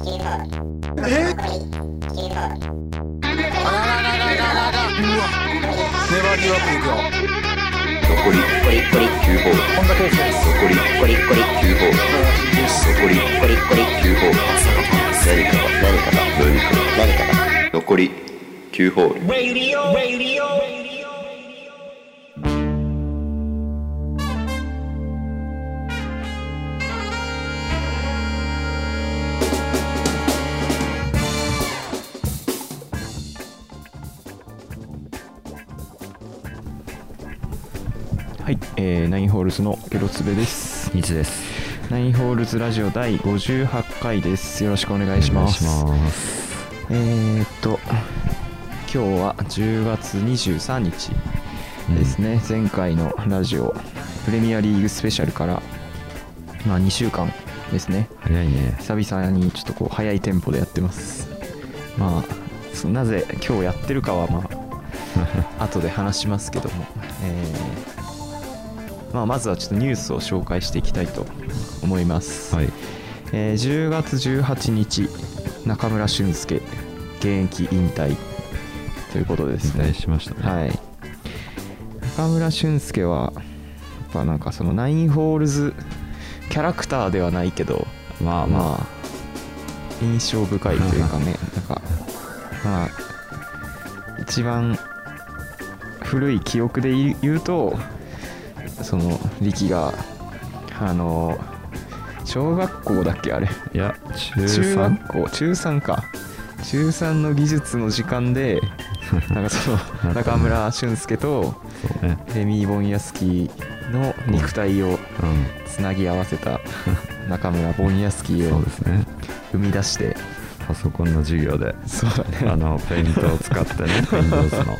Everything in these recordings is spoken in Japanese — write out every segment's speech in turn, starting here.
えあらららららららうわ粘りよくいくよ残り9ホールこんなペースです残り9ホール残り9ホール何かが何かが何かが何かが残り9ホールはい、えー、ナインホールズのケロツベです。いつですナインホールズラジオ第58回です。よろしくお願いしお願まいす。しますえー、っと、今日は10月23日ですね、前回のラジオ、プレミアリーグスペシャルから、まあ2週間ですね。早いね久々にちょっとこう早いテンポでやってます。まあ、そなぜ今日やってるかはま あ、後で話しますけども、えーまあ、まずはちょっとニュースを紹介していきたいと思います。はいえー10月18日、中村俊輔、現役引退ということで引すね退。しましたねはい、中村俊輔はやっぱなんかそのナインホールズキャラクターではないけどまあままあ印象深いというか ねなんかまあ一番古い記憶で言うとその力があの小学校だっけあれあいや中中3学校中3か中3の技術の時間 でなんかその中村俊輔とそうねレミー・ボンヤスキーの肉体をうつなぎ合わせ た中村ボンヤスキんーそをうですね生み出してパソコンの授業でそうだねあのペイントを使ってね Windows の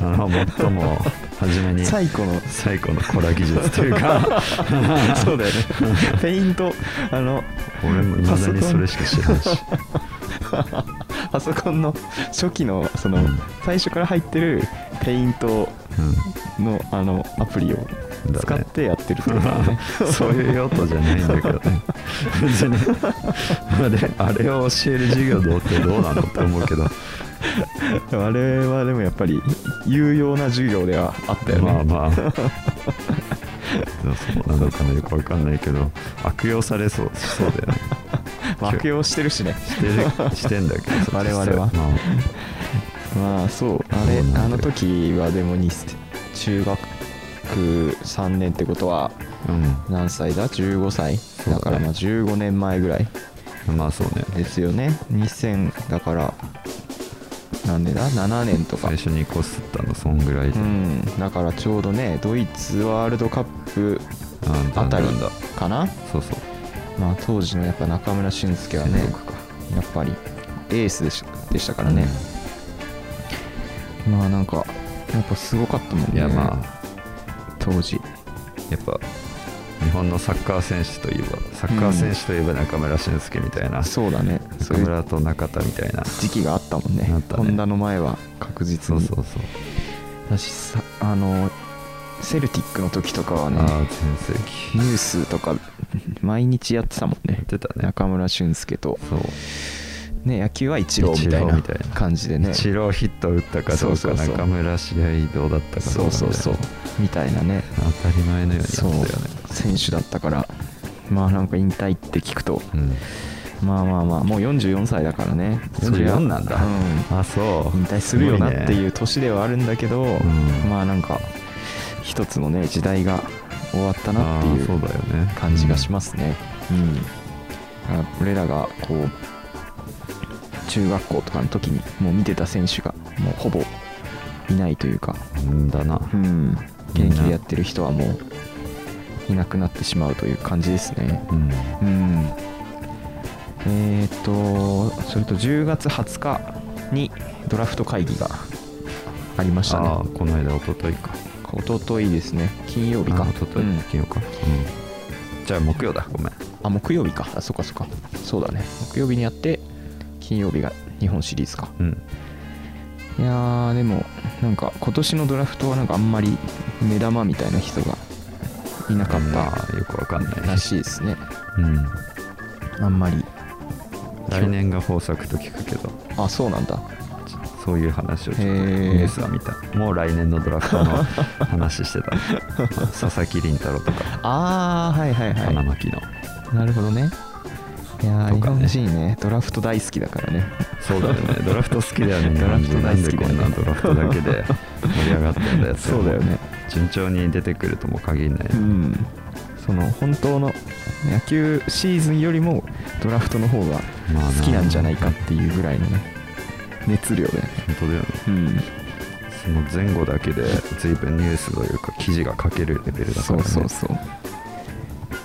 あの最も初めに 最古 の最古のコラ技術というかそう だよねペイントあの俺もいまだにそれしか知らんしパソコンの初期のそのうん最初から入ってるペイントのあのアプリをうんだ使っねてやってるってことだね そういう用途じゃないんだけどね別にあれあれを教える授業どうってどうなのって思うけどあれはでもやっぱり有用な授業ではあったよね、ま あまあでもそうなのかなよくわかんないけど悪用されそうそうだよねまあ 悪用してるしねしてるしてんだけどさ我々は実際ままあそうあれそうなんだよあの時はでもに中学3年ってことはあ何歳だ15歳うだねだからまあ15年前ぐらいうんまあそうねですよね2000だからなんでだ7年とか最初にこすったのそんぐらいで、ううんだからちょうどねドイツワールドカップんあたりなんだかなそうそうまあ当時のやっぱ中村俊輔はね戦力やっぱりエースでしでしたからね、まあなんかやっぱすごかったもんねいやまあ当時やっぱ日本のサッカー選手といえばサッカー選手といえば中村俊輔みたいな、そうだねそ中ういう村と中田みたいな時期があったもんねあったホねンダの前は確実そにうそうそうだしさあのセルティックの時とかはあねあ全盛期ニュースとか毎日やってたもんやねってたね中村俊輔と、そうね、野球は一郎みたいイチローなみたいな感じでね一郎ヒット打ったかどそううかそうそう中村試合どうだったかどそうかうそうそうみみたいなねたいな当たり前のようにやってたそようね選手だったからまあなんか引退って聞くとうんまあまあまあもう44歳だからねそりゃ44なんだうあそうん引退するよごいなねっていう年ではあるんだけど、んまあなんか一つのね時代が終わったなってあいーうそうだよね感じがしまますね。うん、だから俺らがこう中学校とかの時にもう見てた選手がもうほぼいないというか、すうんだなうん、現みん役なでやってる人はもういなくなってしまうという感じですね。うんうん、えーっとそれと10月20日にドラフト会議がありましたねああ。この間一昨日か一昨日ですね金曜日あか。一昨う日ん金曜かうんじゃあ木曜だごめんあ木曜日かあそっかそっかそうだね木曜日にやって金曜日が日本シリーズかうんいやーでもなんか今年のドラフトはなんかあんまり目玉みたいな人がいなかっまあよくわかんたないらしいですねうんあんまり来年が豊作と聞くけどあそうなんだちそういう話をちょっとへニーュースは見たもう来年のドラフトの話して た佐々木麟太郎とかああはいはいはい花巻のなるほどねいやー、と日かね本人ねドラフト大好きだからねそうだよ ねドラフト好きだよね ドラフト大好き日だ本よね人なんでこんなドラフトだけで盛り上がったんだよそうだよね順調に出てくるとも限らない、うんその本当の野球シーズンよりもドラフトの方がまあ好きなんじゃないかっていうぐらいのね熱量だよね本当だよねうんその前後だけで随分ニュースというか記事が書けるレベルだかそら、ね、うそうそう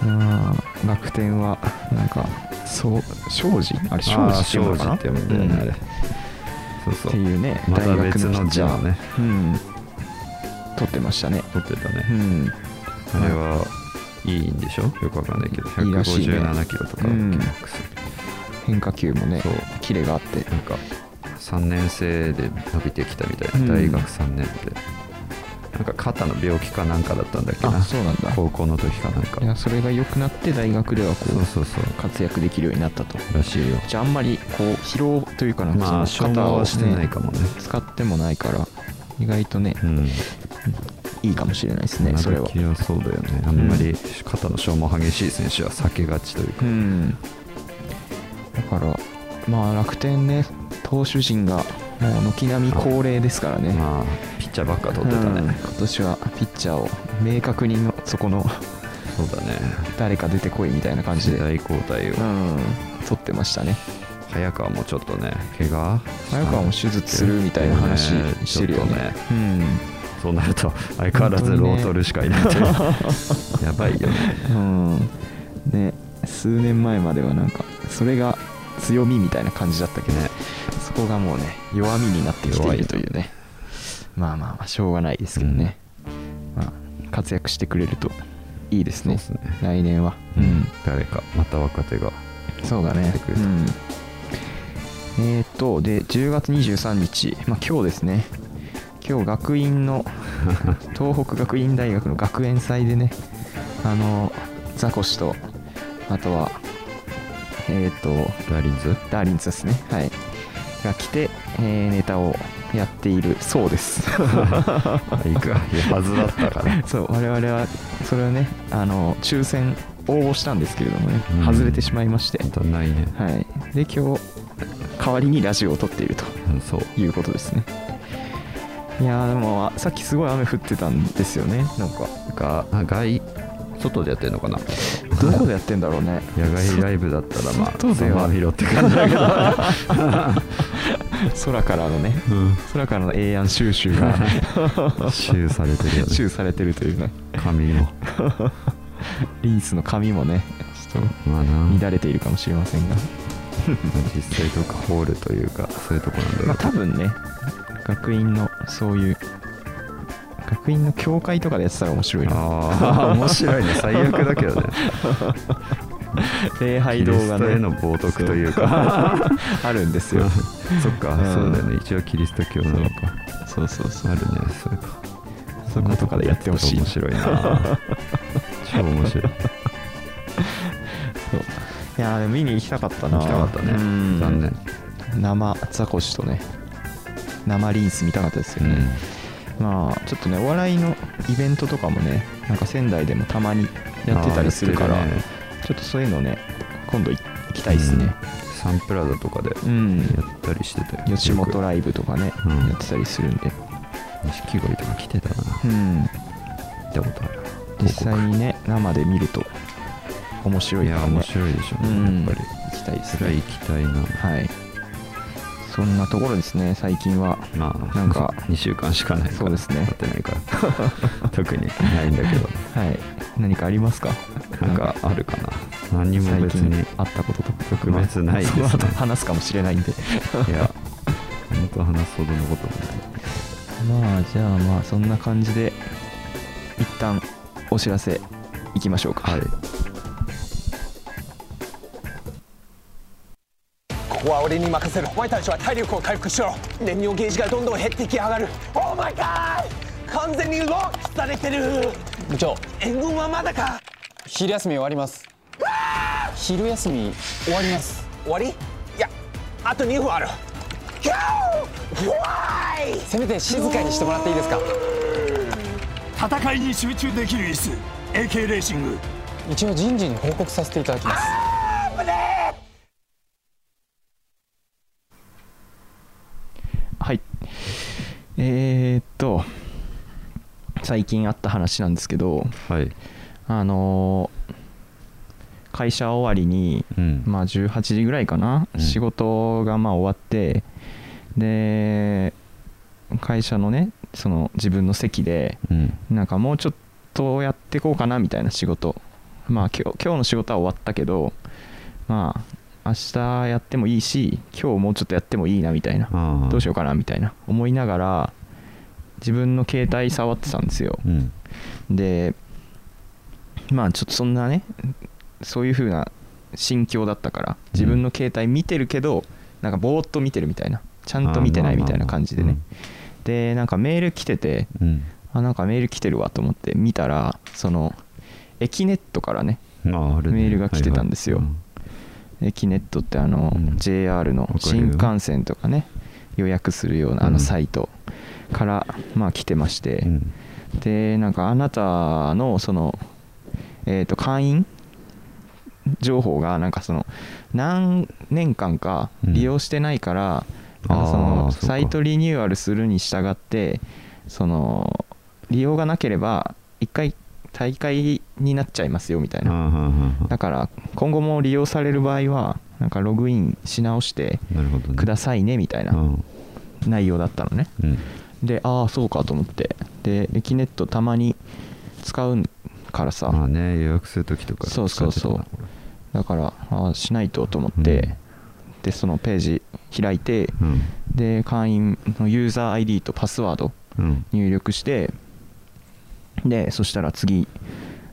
あー楽天はなんかそう庄司あれあ庄ー司っていうのかな庄司って読むんだようね、んあれそうっそてういうねま大た学別ののピッチ字ャをー、ねうん取ってましたね撮ってたね、うんあれはいいんでしょよくわかんないけどいいらしいね157キロとかだっうけんマックス変化球もねそうキレがあってなんか3年生で伸びてきたみたいな、うん大学3年でなんか肩の病気かなんかだったんだっけなあそうなんだ高校の時かなんかいやそれが良くなって大学ではこそううそうそう活躍できるようになったとらしいよじゃああんまりこう疲労というかなんまかあそ消の肩耗をはしてなねいかもね使ってもないから意外とねうんいいかもしれないですねそれは今時はそうだよねあんまり肩の消耗激しい選手は避けがちといううか、んだからまあ楽天ね投手陣がもう軒並み高齢ですからねまあピッチャーばっか取ってたうんね、今年はピッチャーを明確にのそこのそうだね誰か出てこいみたいな感じ世で、うん、代交代を、取ってましたね早川もちょっとね怪我早川も手術するみたいな話してるよねちょっとねうんそうな ると相変わらずロートルしかいないというやばいよねうんね数年前まではなんかそれが強みみたいな感じだったけど、ねそこがもうね弱みになってきて弱いいるよというねまあまあまあしょうがないですけどね、まあ、活躍してくれるといいですそうねですね来年は誰かまた若手がそうだね出てくるうとんえーっとで10月23日、まあ、今日ですね今日学院 の東北学院大学の学園祭でねあのザコシとあとはえーっとダーリン ズダーリンズですねはいが来て、えーネタをやっているそうです あいくわいやはずだったからそう我々はそれをねあの抽選応募したんですけれどもね、うん外れてしまいましてまたないねはい、で今日代わりにラジオを撮っているとうんそういうことですねいやーでもさっきすごい雨降ってたんですよねなんかが外外でやってんのかなどこでやってんだろう ね野外ライブだったらまあ外ではまあ拾って感じだけど、空からのね 空からの永安収集がシューされてるよね収されてるというね 髪もリースの髪もねちょっまあなと乱れているかもしれませんが実際とかホールというかそういうとこなんだろうまあ多分ね学院のそういう学院の教会とかでやってたら面白いな ああ面白いね最悪だけど ね礼拝キ動リス画トへのね冒涜というか あるんです そよっか、うんそうだよね一応キリスト教なのかそうそうそうあるねそれかそことかでやってほしい面白い な超面白いそういやーでも見に行きたかったな行きたかったねうん残念生ザコシとね生リンス見たかったですよね、まあちょっとねお笑いのイベントとかもねなんか仙台でもたまにやってたりするからあーやってねちょっとそういうのね今度行きたいですねサンプラザとかでやうん、ったりしてたよ吉本よライブとかね、うんやってたりするんでく錦鯉とか来てたなうん行ったことある実際にね生で見ると面白いいかやらね面白いでしょううねんやっぱり行きたいですそれはね行きたいなはいそんなところですね最近はまあなんか2週間しかないからそうですねやってないから 特にないんだけどはい何かありますかなんかあるかな何にも別に最近あったこととか特別ないです ねまあその後話すかもしれないんでいや本当話すほどのことないまあじゃあまあそんな感じで一旦お知らせいきましょうかはいここは俺に任せるお前たちは体力を回復しろ燃料ゲージがどんどん減っていきやがるオーマイガー完全にロックされてる部長援軍はまだか昼休み終わります昼休み終わります終わりいやあと2分ある Go! Why? せめて静かにしてもらっていいですか戦いに集中できる椅子 AK レーシング一応人事に報告させていただきますはいえー、っと最近あった話なんですけどはいあのー会社終わりにうんまあ18時ぐらいかな、うん仕事がまあ終わってで会社のねその自分の席でうんなんかもうちょっとやってこうかなみたいな仕事まあ今日今日の仕事は終わったけどまあ明日やってもいいし今日もうちょっとやってもいいなみたいなああどうしようかなみたいな思いながら自分の携帯触ってたんですようんでまあちょっとそんなねそういう風な心境だったから自分の携帯見てるけどなんかぼーっと見てるみたいなちゃんと見てないみたいな感じでねでなんかメール来ててうんあなんかメール来てるわと思って見たらそのエキネットからねまああるねメールが来てたんですよはいはいエキネットってあのうん JR のわかるよ新幹線とかね予約するようなあうんのサイトからまあ来てましてうんうんでなんかあなたのそのえっと会員情報がなんかその何年間か利用してないからうんなんかそあーのそうかサイトリニューアルするに従ってその利用がなければ1回大会になっちゃいますよみたいああなはあはだから今後も利用される場合はなんかログインし直してあなるほどねくださいねみたいなうん内容だったのねうんでああそうかと思ってでエキネットたまに使うからまあさね予約するときとかそうそうそう使ってたなだからああしないとと思ってでそのページ開いてこれうんで会員のユーザー ID とパスワードうん入力してでそしたら次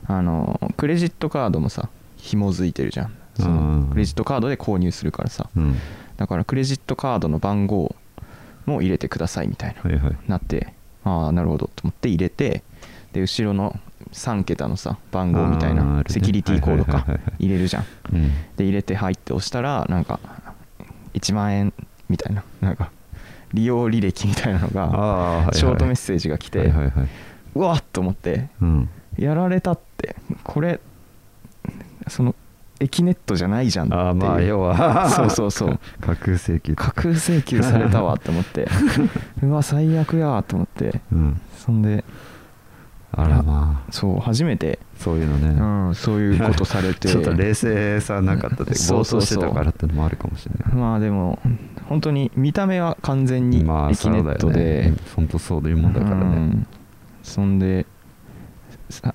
あのクレジットカードもさ紐づいてるじゃんそうんのクレジットカードで購入するからさうんだからクレジットカードの番号も入れてくださいみたいな、はいはいなってああなるほどと思って入れてで後ろの3桁のさ番号みたいあーあなるねセキュリティコードはいかはいはいはい入れるじゃんうんで入れて入って押したらなんか1万円みたいななんか利用履歴みたいなのあがあはいはいショートメッセージが来て、はいはいはいうわっと思ってうんやられたってこれそのエキネットじゃないじゃんっていうああまあ要はそう そうそう架空請求架空請求されたわと思って うわ最悪やと思ってうんそんであらまあそう初めて、そういうのね、うん、そういうことさ れてちょっと冷静さなかったって そ暴うそ走うしてそうたからってのもあるかもしれないまあでも本当に見た目は完全にエキネまあそうだッよトで、ね本当そういうもんだからね、うんそんでさ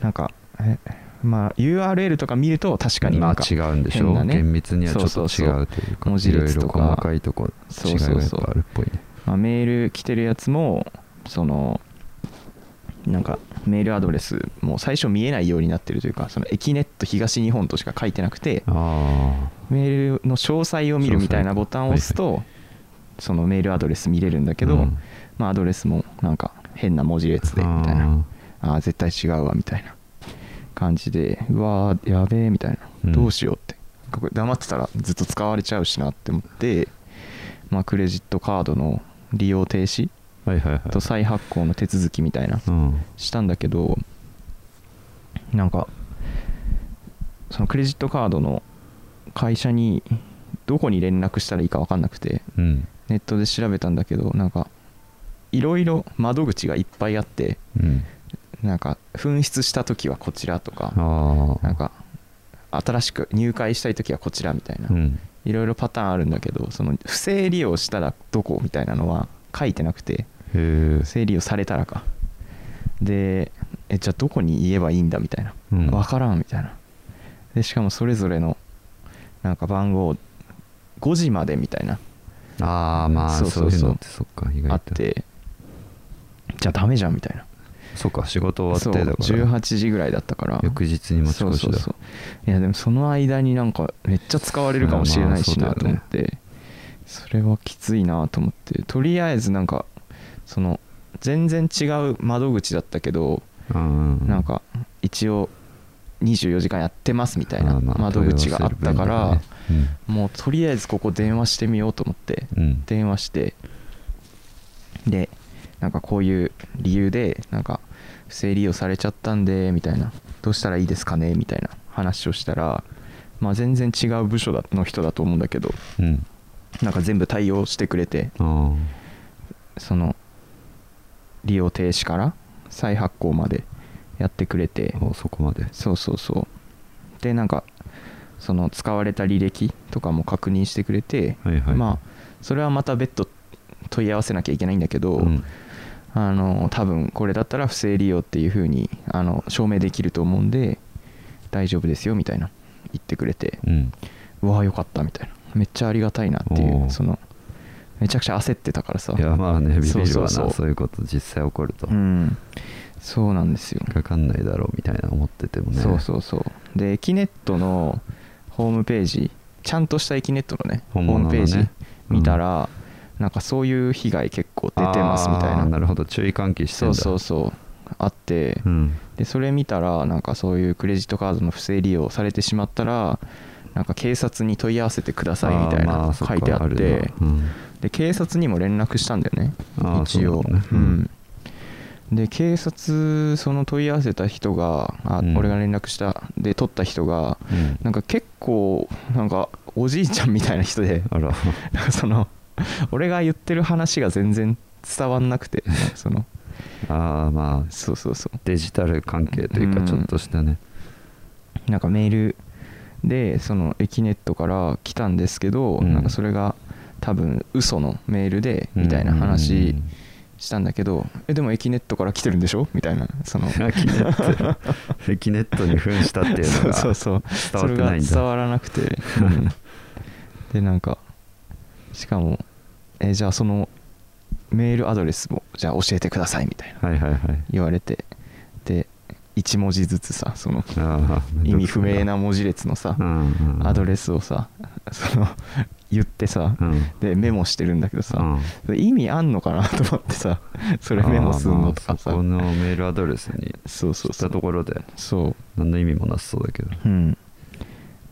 なんかえまあ URL とか見ると確かにまなんあか違うんでしょ変なう、ね厳密にはちょっとそう違そうそううというか文字列とかいろいろ細かいとこ違そいうがそやうっそうぱあるっぽいねまあ、メール来てるやつもそのなんかメールアドレスも最初見えないようになってるというかそのエキネット東日本としか書いてなくてあメールの詳細を見るみたいなボタンを押すと、そのメールアドレス見れるんだけど、うんまあ、アドレスもなんか変な文字列あでみたいなああ絶対違うわみたいな感じでうわーやべえみたいな、うんどうしようってこれ黙ってたらずっと使われちゃうしなって思って、まあ、クレジットカードの利用停止はいはいはいと再発行の手続きみたいなうんしたんだけどなんかそのクレジットカードの会社にどこに連絡したらいいか分かんなくてうんネットで調べたんだけどなんかいろいろ窓口がいっぱいあってうんなんか紛失した時はこちらとかああなんか新しく入会したい時はこちらみたいなうんいろいろパターンあるんだけどその不正利用したらどこみたいなのは書いてなくてへえ整理をされたらかでえじゃあどこに言えばいいんだみたいな、うわん分からんみたいなでしかもそれぞれのなんか番号5時までみたいなああまあそそううそうそういうのってそっか意あ外っとてじゃあダメじゃんみたいなそうか仕事終そわうってだから18時ぐらいだったから翌日に持ち越しだそうそうそういやでもその間になんかめっちゃ使われるかもしれないしまなあそうとだよ思ねって、それはきついなと思ってとりあえずなんかその全然違う窓口だったけどうんうんうんなんか一応24時間やってますみたいまなあまあ窓口があったか問い合らわせる分だねもうとりあえずここ電話してみようと思ってうん電話してでなんかこういう理由でなんか不正利用されちゃったんでみたいなどうしたらいいですかねみたいな話をしたらまあ全然違う部署だの人だと思うんだけどうんなんか全部対応してくれてあその利用停止から再発行までやってくれてああそこまでそうそうそうでなんかその使われた履歴とかも確認してくれて、はいはいまあそれはまた別途問い合わせなきゃいけないんだけど、うんあの多分これだったら不正利用っていう風にあの証明できると思うんで大丈夫ですよみたいな言ってくれて、うんうわあよかったみたいなめっちゃありがたいなっていおーうそのめちゃくちゃ焦ってたからさいやまあねビビるわなそそううそうそういうこと実際起こると、うんそうなんですよかかんないだろうみたいな思っててもねそうそうそうでエキネットのホームページちゃんとしたエキネットのね本物のホームページね見たら、なんかそういう被害結構出てますみたいあなーなるほど注意喚起してんそだうそうそうあって、うんでそれ見たらなんかそういうクレジットカードの不正利用されてしまったらなんか警察に問い合わせてくださいみたいあーまなあそっか書いてあっるてなうんで警察にも連絡したんだよねあー一応そうなんだうんうんで警察その問い合わせた人があ、うん俺が連絡したで取った人がうんなんか結構なんかおじいちゃんみたいな人で あらなんかその俺が言ってる話が全然伝わんなく てなんかそのああまあそうそうそうデジタル関係といううかんちょっとしたね、なんかメールでそのエキネットから来たんですけど、うんなんかそれが多分嘘のメールでみたいなう話んしたんだけど、えでもエキネットから来てるんでしょみたいなそ のエキネットエキネットに扮したっていうのが そうそうそう伝わってないんだそれが伝わらなくて、うんでなんかしかもえじゃあそのメールアドレスもじゃあ教えてくださいみたいなはいはいはい言われてで1文字ずつさそのあー意味不明な文字列のさ、うんうんアドレスをさその言ってさ、うんでメモしてるんだけどさ、意味あんのかな と思ってさそれメモすんのとかさ、あーまあそこのメールアドレスにそうそしうそたうところでそ何の意味もなさそうだけどううん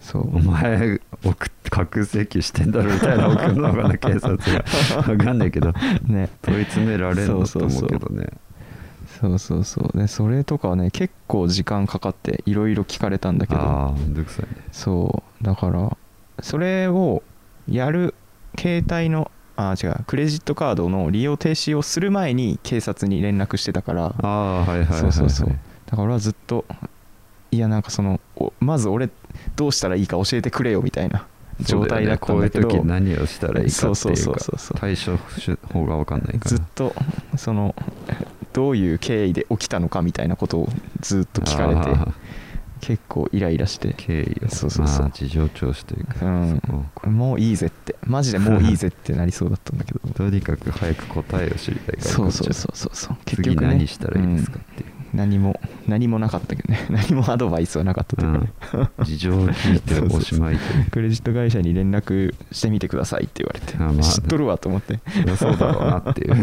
そうお前送っ覚醒器してんだろみたいな送るのかな警察が 分かんないけどね問い詰められるんだとそうそうそう思うけどねそうそうそうでそれとかはね結構時間かかっていろいろ聞かれたんだけどああめんどくさいねそうだからそれをやる携帯のあ違うクレジットカードの利用停止をする前に警察に連絡してたからああはいはいはい、はい、そうそうそうだから俺はずっといやなんかそのおまず俺どうしたらいいか教えてくれよみたいなそう状だよ態ねだったんだけどこういう時何をしたらいいかってそうそういうそかうそうそう対処法が分かんないからずっとそのどういう経緯で起きたのかみたいなことをずっと聞かれあてー結構イライラして経緯をそうそうそうまあ事情聴取というか、うんそこをこもういいぜってマジでもういいぜってなりそうだったんだけ どうとにかく早く答えを知りたいからそうそうそううそうそう結局、次何したらいいですかうんっていう、何も何もなかったけどね 何もアドバイスはなかったというかね、うん事情を聞いておしまいというクレジット会社に連絡してみてくださいって言われて、あまあね知っとるわと思ってそりゃそうだろうなっていう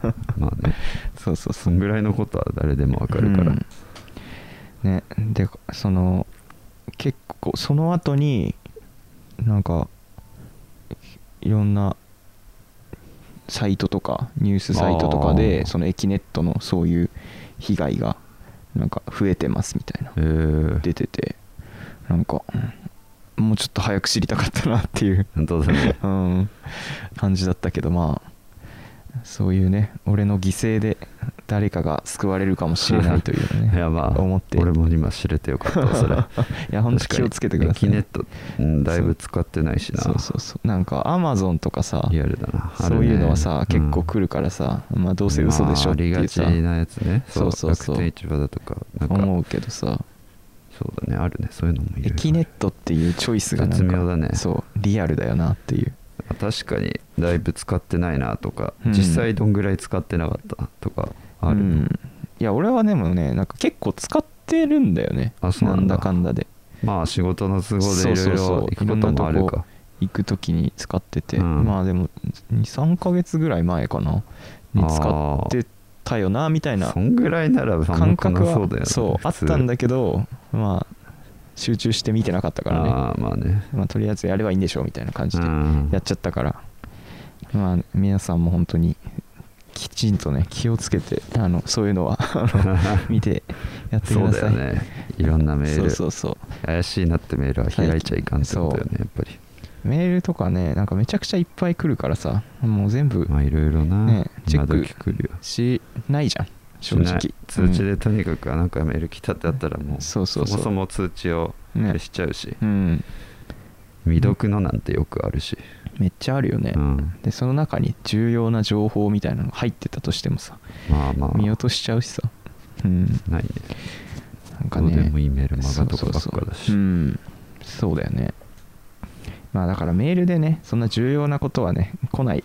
まあねそうそうそ、そうんぐらいのことは誰でもわかるかうら、んねでその結構その後になんかいろんなサイトとかニュースサイトとかあーでそのエキネットのそういう被害がなんか増えてますみたいなえー出ててなんかうんもうちょっと早く知りたかったなっていう本当だねうん、感じだったけどまあそういうね俺の犠牲で誰かが救われるかもしれないという ね いやまあ思って俺も今知れてよかったわそれいいやほんと気をつけてくださいエキネット、うん、だいぶ使ってないしなそうそうそうなんかアマゾンとかさリアルだなそういうのはさ、あるね結構来るからさ、まあどうせ嘘でしょってまあいうありがちさ、なやつねそうそうそう楽天市場だとかなんか思うけどさそうだねあるねそういうのもいるエキネットっていうチョイスがなんか絶妙だねそうリアルだよなっていう確かにだいぶ使ってないなとか、うん実際どんぐらい使ってなかったとかある、うん、いや俺はでもねなんか結構使ってるんだよねあそうなんだだかんだでまあ仕事の都合でいろいろ行くこともあいろるんなとこか行く時に使ってて、うんまあでも23ヶ月ぐらい前かなに使ってたよなみたいなそんぐらいなら感感覚覚ははそうだよねそうあったんだけどまあ集中して見てなかったけからねああまあねまあ、とりあえずやればいいんでしょうみたいな感じうでんやっちゃったから、まあ、皆さんも本当にきちんとね気をつけてあのそういうの はあの見てやってくそうだださよいねいろんなメールそうそうそう怪しいなってメールは開いちゃいかんってことだよねやっぱりメールとかねなんかめちゃくちゃいっぱい来るからさもう全部まあいろいろなねチェ今ック時来るよしないじゃん正しな直い通知うんでとにかくなんかメール来たってあったらもうそうそうそうもそも通知をね消しちゃうしうん未読のなんてよくあるしめっちゃあるよね、うんでその中に重要な情報みたいなのが入ってたとしてもさまあま見あ落としちゃうしさうんないねなんかどうねでもいいメールマそガうとかそうばっそうかだうしんそうだよねまあだからメールでねそんな重要なことはね来ない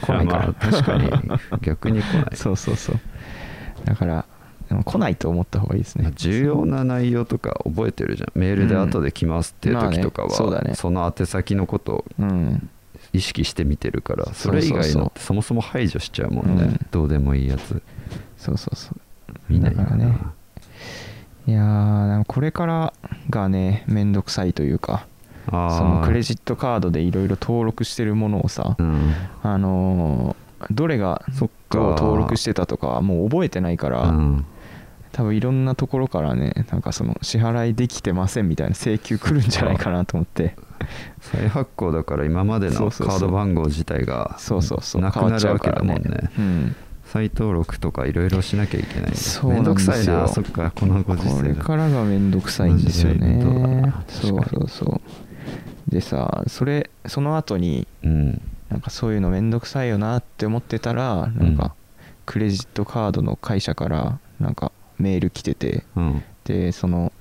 来ないから、まあ確か に逆に来ないそうそうそうだからでも来ないと思った方がいいですまあね重要な内容とか覚えてるじゃんメールで後で来ますっていううんまあね時とかそうだねはその宛先のことをうん意識して見てるからそそうそうれそ以う外のってそもそも排除しちゃうもんね、うんどうでもいいやつそうそうそう見ないよだからな、ねいやーなんかこれからがねめんどくさいというかあーそのクレジットカードでいろいろ登録してるものをさ、うんあのーどれがそっかどう登録してたとかはもう覚えてないから、うん多分いろんなところからねなんかその支払いできてませんみたいな請求来るんじゃないかなと思って再発行だから今までそのうカそうそうード番号自体がそうそうそうなくなるわけだもんね変わっちゃうからうん再登録とかいろいろしなきゃいけないそうめなんんどくですよさいなそっかこのご時こ世れだからがめんどくさいんですよねこの時代面倒だなそう確かそにうそうでさそれその後にうんなんかそういうのめんどくさいよなって思ってたらなんうんかクレジットカードの会社からなんかメール来ててうんでその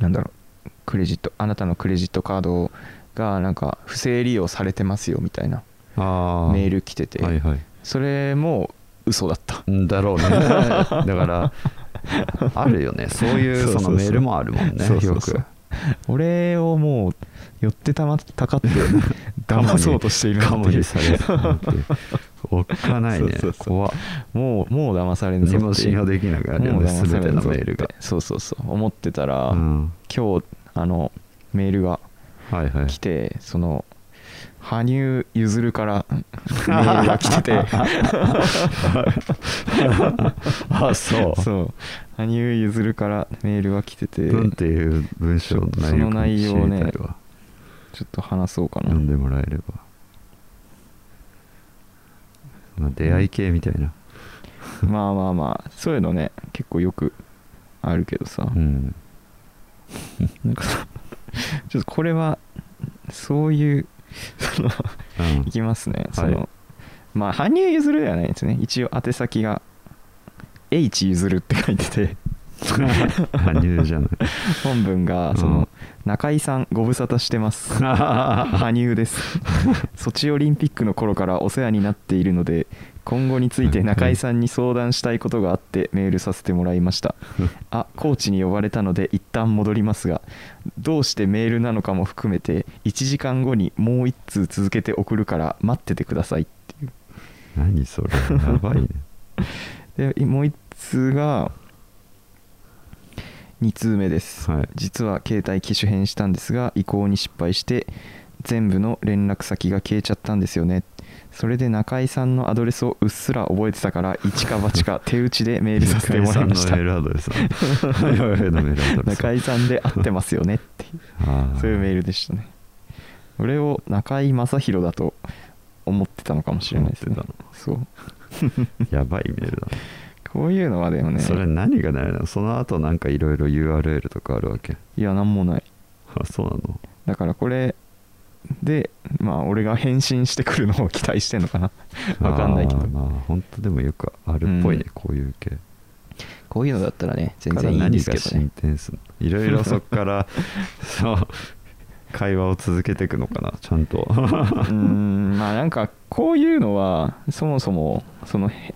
なんだろうクレジットあなたのクレジットカードがなんか不正利用されてますよみたいなあメールル来てて、はいはいそれも嘘だったんだろうね だからあるよねそうい そうそううそうそのメールもあるもんねそうそようそうく俺をもう寄ってたまた かって騙そうとしているなカっモていにうされるなんておっかないねそうそうそう怖っもうもう騙されんぞ何っていうも信用できなくなるよもうね騙全さてれんのぞっメてールがそうそうそう思ってたら、うん今日あのメールがはいはい来てその羽生結弦 からメールが来ててあそうそう羽生結弦からメールが来ててなんていう文章の内容か知りその内容をねたいわちょっと話そうかな読んでもらえればまあ出会い系みたいなまあまあまあそういうのね結構よくあるけどさ、うんなんかさちょっとこれはそういうそのうん いきますね、いそのまあ羽生結弦ではないですね一応宛先が H ゆずるって書いてて羽生じゃない本文がその、うん中井さんご無沙汰してます 羽羽生ですソチオリンピックの頃からお世話になっているので今後について中井さんに相談したいことがあってメールさせてもらいましたあコーチに呼ばれたので一旦戻りますがどうしてメールなのかも含めて1時間後にもう1通続けて送るから待っててくださいっていう何それやばいねでいもう1通が2通目です、はい実は携帯機種変したんですが移行に失敗して全部の連絡先が消えちゃったんですよねそれで中井さんのアドレスをうっすら覚えてたから一か八 か手打ちでメールさせてもらいました中井さんのメールアドレ スな中井のメールアドレス中井さんで合ってますよねっていうあーそういうメールでしたね俺を中井正宏だと思ってたのかもしれないですね思ってそうやばいメールだなこういうのはでもねそれ何がないのその後なんかいろいろ URL とかあるわけいやなんもないあそうなのだからこれでまあ俺が返信してくるのを期待してんのかなわかんないけあーどまあ本当でもよくあるっぽいね、うんこういう系こういうのだったらね全から然いいんで何すがけどね進展するのいろいろそっから そう会話を続けていくのかなちゃ んとうーんまあなんかこういうのはそもそもそのへ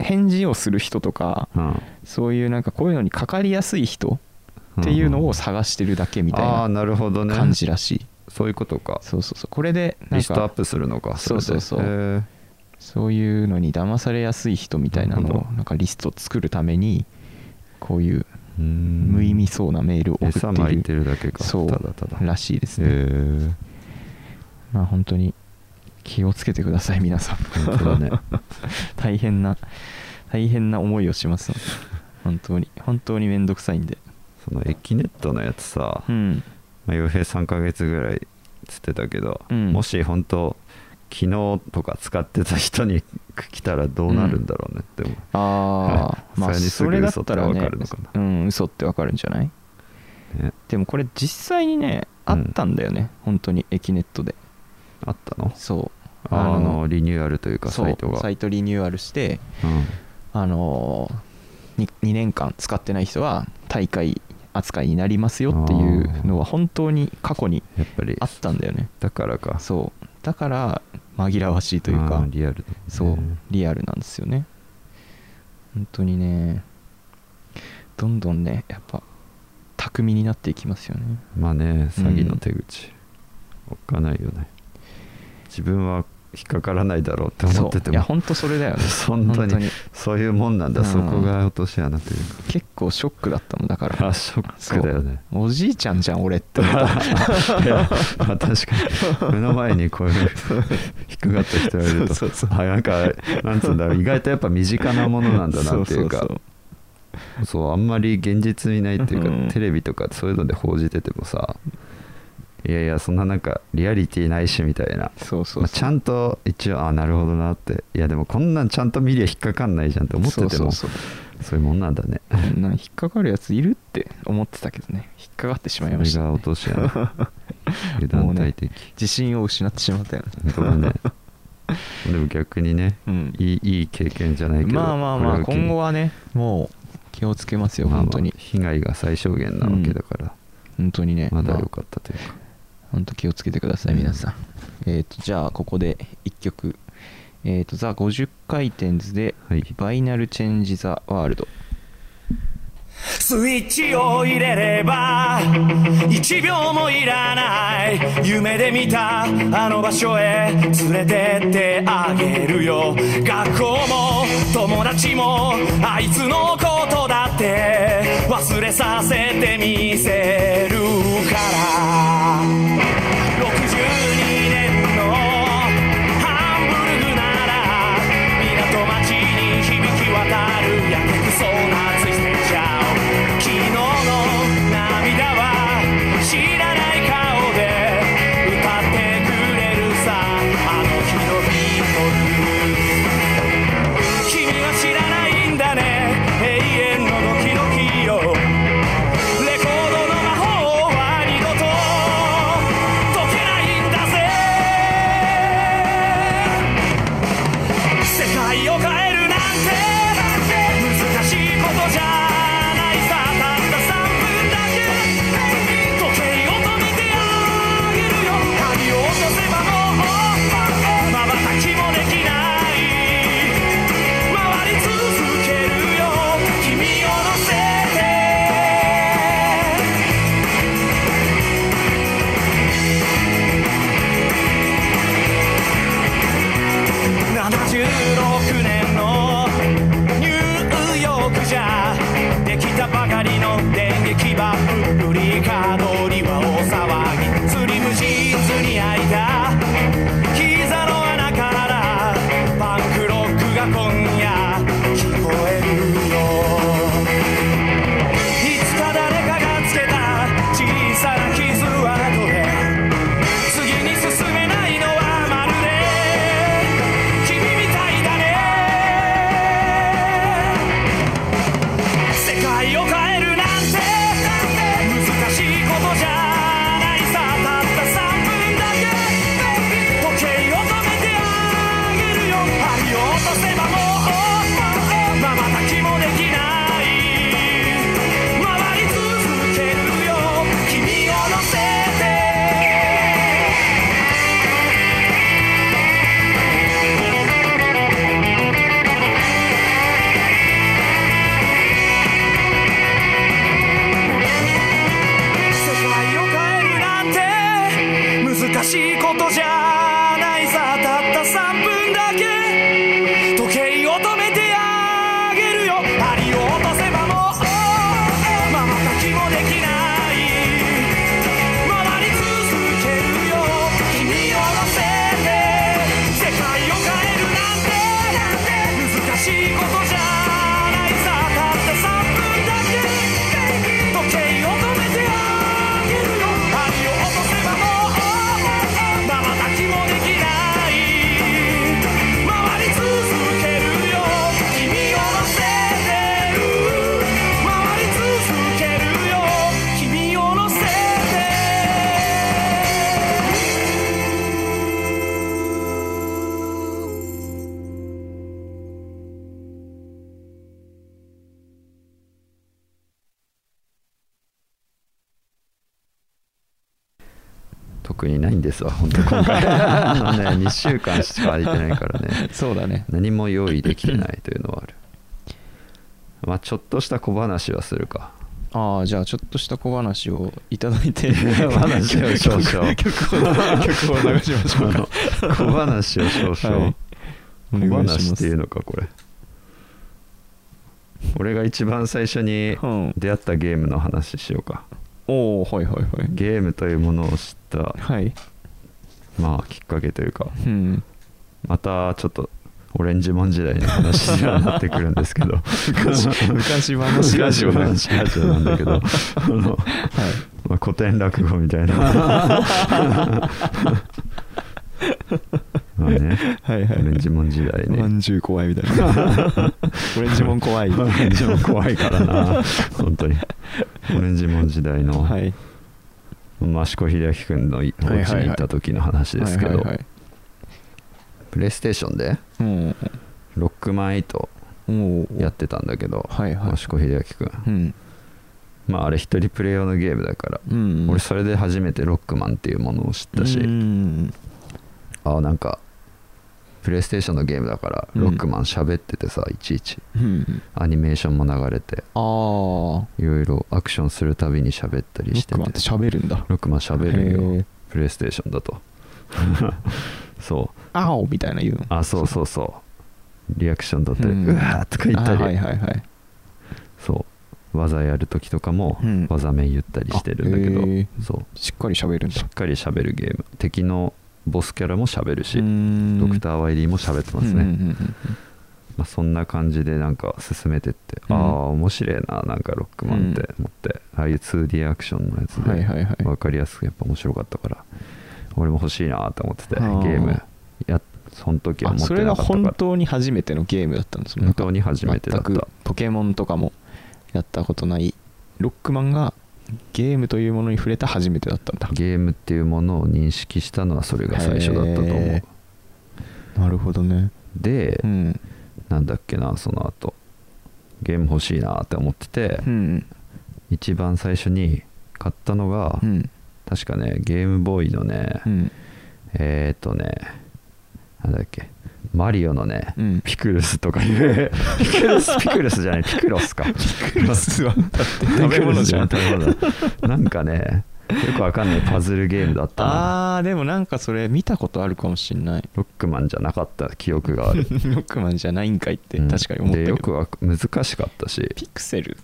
返事をする人とかうんそういうなんかこういうのにかかりやすい人っていうのを探してるだけみたああーいなるほどなね感じらしいそういうことかそうそうそうこれでなんリストアかップするのかそうそうそうれでへーそういうのに騙されやすい人みたいななるのほをなんかリスト作るためにこういう無無意味そうなメールを送餌撒いってているるだけかそうただただらしいですへね、ーまあ本当に気をつけてください皆さん 本当だね 大変な大変な思いをしますので本当に本当に面倒くさいんでそのエキネットのやつさうんまあ洋平3ヶ月ぐらいつってたけど、うんもし本当昨日とか使ってた人に来たらどうなるんだろうねって思う、ああ、はいまあそれにすそぐれだっ嘘ったてらわねかるのかなうん嘘ってわかるんじゃないねでもこれ実際にねあったんだよね、本当にエキネットであったのそうあのリニューアルというかそうサイトがサイトリニューアルしてうんあのー、に 2, 年間使ってない人は大会扱いになりますよっていうのは本当に過去にやっぱりあったんだよねだからかそうだから紛らわしいというあかーリアルだねそうリアルなんですよね本当にねどんどんねやっぱ巧みになっていきますよねまあね詐欺の手口、おっかないよね自分は引っかからないだろうって思っててそういやも本当それだよね 本当にそういうもんなんだ、うんそこが落とし穴という結構ショックだったもんだか からあショックだよねおじいちゃんじゃん俺って 思った いやまあ確かに目の前にこういう引っかかった人がいるとそうそうあなんかなんつうんだろう意外とやっぱ身近なものなんだなっていうかそそそうううそうあんまり現実見ないっていうか、うんテレビとかそういうので報じててもさいやいやそんななんかリアリティないしみたいなそうそうそうまあ、ちゃんと一応あなるほどなっていやでもこんなんちゃんと見りゃ引っかかんないじゃんって思っててもそそううそうそういうもんなんだねこんなん引っかかるやついるって思ってたけどね引っかかってしまいましそたれね、が落とし穴油断大敵、自信を失ってしまったよね本当だ ねでも逆にね、うんいいいい経験じゃないけどまあまあまあこれを機に今後はねもう気をつけますよまあまあ本当に被害が最小限なわけだから、本当にねまだまあ良かったというか、本当気をつけてください皆さん、えっ、とじゃあここで1曲えっ、と「ザ50回転図」ではい「バイナルチェンジ・ザ・ワールド」スイッチを入れれば1秒もいらない夢で見たあの場所へ連れてってあげるよ学校も友達もあいつのことだって忘れさせてみせるから62年のハンブルグなら港町に響き渡るやけくそなツイステーシャン昨日の涙は知らない顔で歌ってくれるさあの日のビートルズ君は知らないんだね永遠のドキドキよレコードの魔法は二度と解けないんだぜ世界を変えるなんて難しいことじゃないさたった3分だけ時計を止めてあげるよ髪を落とせばもうまばたきもできない回り続けるよ君を乗せて76年のニューヨークじゃできたばかりの電撃バブルリカドリは大騒ぎスリムジーンズに開いた膝の穴からパンクロックが今夜聞こえるよいつか誰かがつけた小さな傷はどれ次に進めないのはまるで君みたいだね世界を変えるなんて難しいことじゃないさたった3分だけ時計を止めてあげるよ針を落とせばもうまばたきもできない回り続けるよ君を乗せて世界を変えるなんて難しいことじゃないさたった3分だけ特にないんですわ本当 今回あのね2週間しか空いてないからねそうだね何も用意できてないというのはあるまあちょっとした小話はする かああじゃあちょっとした小話をいただいて 話を少 々曲を曲を流しましょうかあの 小話を少々、はいお小願いし話まっていうすのかこれ俺が一番最初にうん出会ったゲームの話しようかおおはいはいはいゲームというものを知ったはいまあきっかけというか うんまたちょっとオレンジマン時代の話にはなってくるんですけど昔 話ラジオねはい昔話ラジオなんだけどあの、まあ、古典落語みた いなまあねはいはオレンいジマン時代ねまんじゅう怖いみたいな オレンジもん怖いオレンジも怖いから な本当にオレンジモン時代のはい益子秀明君のいお家はいはいはいにいた時の話ですけどはいはいはいプレイステーションでうんロックマン8おおやってたんだけどはいはい益子秀明君うんまああれ一人プレイ用のゲームだからうん俺それで初めてロックマンっていうものを知ったしうんああなんかプレイステーションのゲームだからうんロックマン喋っててさいちいちうんアニメーションも流れてああいろいろアクションするたびに喋ったりロしッてクマンってて喋るんだロックマン喋るよへープレイステーションだと そうあおみたいな言うのあそうそうそうリアクションだったり、ううんわーとか言ったり、あはいはいはいそう技やる時とかもうん技名言ったりしてるんだけど、あへそうしっかり喋るんだしっかり喋るゲーム敵のボスキャラも喋るし、ドドクター・ワイリーも喋ってますね、まあ、そんな感じでなんか進めてって、うんああ面白いななんかロックマンって思って、ああいう 2D アクションのやつで、はいはいはい分かりやすくやっぱ面白かったから俺も欲しいなと思っててゲあーームやその時はあ持そってれながかったから本当に初めてのゲームだったんですね本当に初めてだった全くポケモンとかもやったことないロックマンがゲームというものに触れた初めてだったんだゲームっていうものを認識したのはそれが最初だったと思うへーなるほどねで、うんなんだっけなその後ゲーム欲しいなって思ってて、うん一番最初に買ったのが、うん確かねゲームボーイのね、 うんえっ、ー、とねなんだっけマリオのね、うんピクルスとかいう ピクルスピクルスじゃないピクロスかピクロスは食べ物じゃん食べ物だなんかねよくわかんないパズルゲームだったなあーでもなんかそれ見たことあるかもしんないロックマンじゃなかった記憶があ ロるックマンじゃないんかいって確かに思ったけど、うんでよくは難しかったしピクセル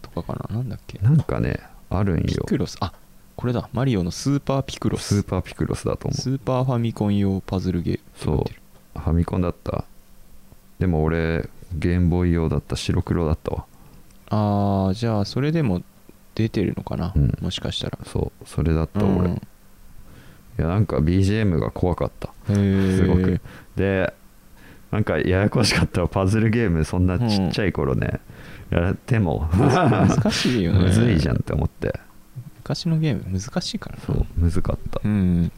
とかかななんだっけなんかねあるんピよクロスあこれだマリオのスーパーピクロスースパーピクロスだと思スーパーファミコン用パズルゲームうそうファミコンだったでも俺ゲームボーイ用だった白黒だったわああじゃあそれでも出てるのかな、うんもしかしたらそうそれだったうん俺、いやなんか BGM が怖かったへーすごくでなんかややこしかったわパズルゲームそんなちっちゃい頃ね、やって も難しいよねむずいじゃんって思って昔のゲーム難しいからなそうむずかった、うん、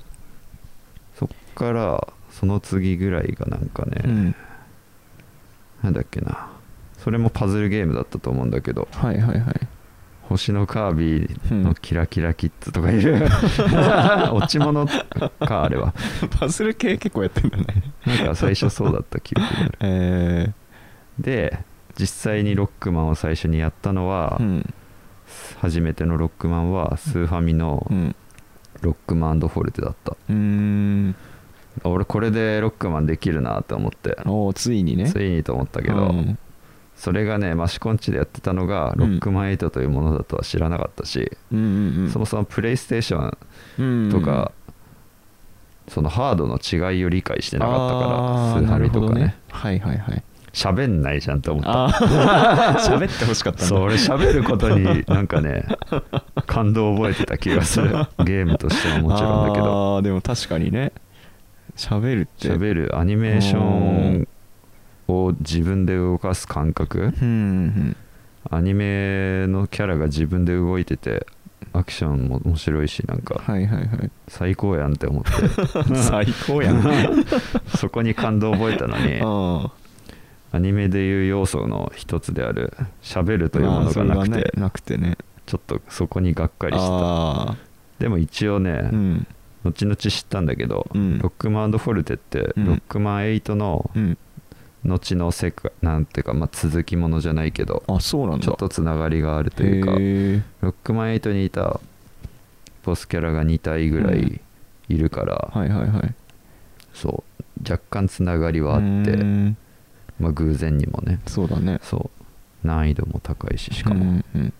そっからその次ぐらいがなんかね、うん、なんだっけなそれもパズルゲームだったと思うんだけどはいはいはい星のカービィのキラキラキッズとかいる、 落ち物かあれはパズル系結構やってんだねなんか最初そうだった記憶があるえで実際にロックマンを最初にやったのは、ー、うん初めてのロックマンはスーファミのうんロックマンフォルテだった、うーんあ俺これでロックマンできるなと思っておーついにねついにと思ったけど、うんそれがねマシコンチでやってたのがうロんックマン8というものだとは知らなかったし、うんうんそもそもプレイステーションうんとか、そのハードの違いを理解してなかったからあスーーファミとかなるほどねはいはいはい喋、んないじゃんって思ったああ 喋ってほしかったんだそう俺喋ることになんか ね感動を覚えてた気がするゲームとしてはもちろんだけどああでも確かにね喋るって喋るアニメーショうンを自分で動かす感覚うんうんアニメのキャラが自分で動いててアクションも面白いしなんうんかはいはいはい 最高やんって思っ 最高やなてそこに感動を覚えたのに あアニメでいう要素の一つである喋るというものがなくて、なくてねちょっとそこにがっかりしたあでも一応ね、あうん後々知ったんだけど、うんロックマンフォルテって、うんロックマン8のうん後の世界なんていうか、まあ、続きものじゃないけどあそうなんだちょっとつながりがあるというかへえロックマン8にいたボスキャラが2体ぐらいいるから、はいはいはいそう若干つながりはあっうてー、んまあ、偶然にもねそうだねそう難易度も高いししかうもんうん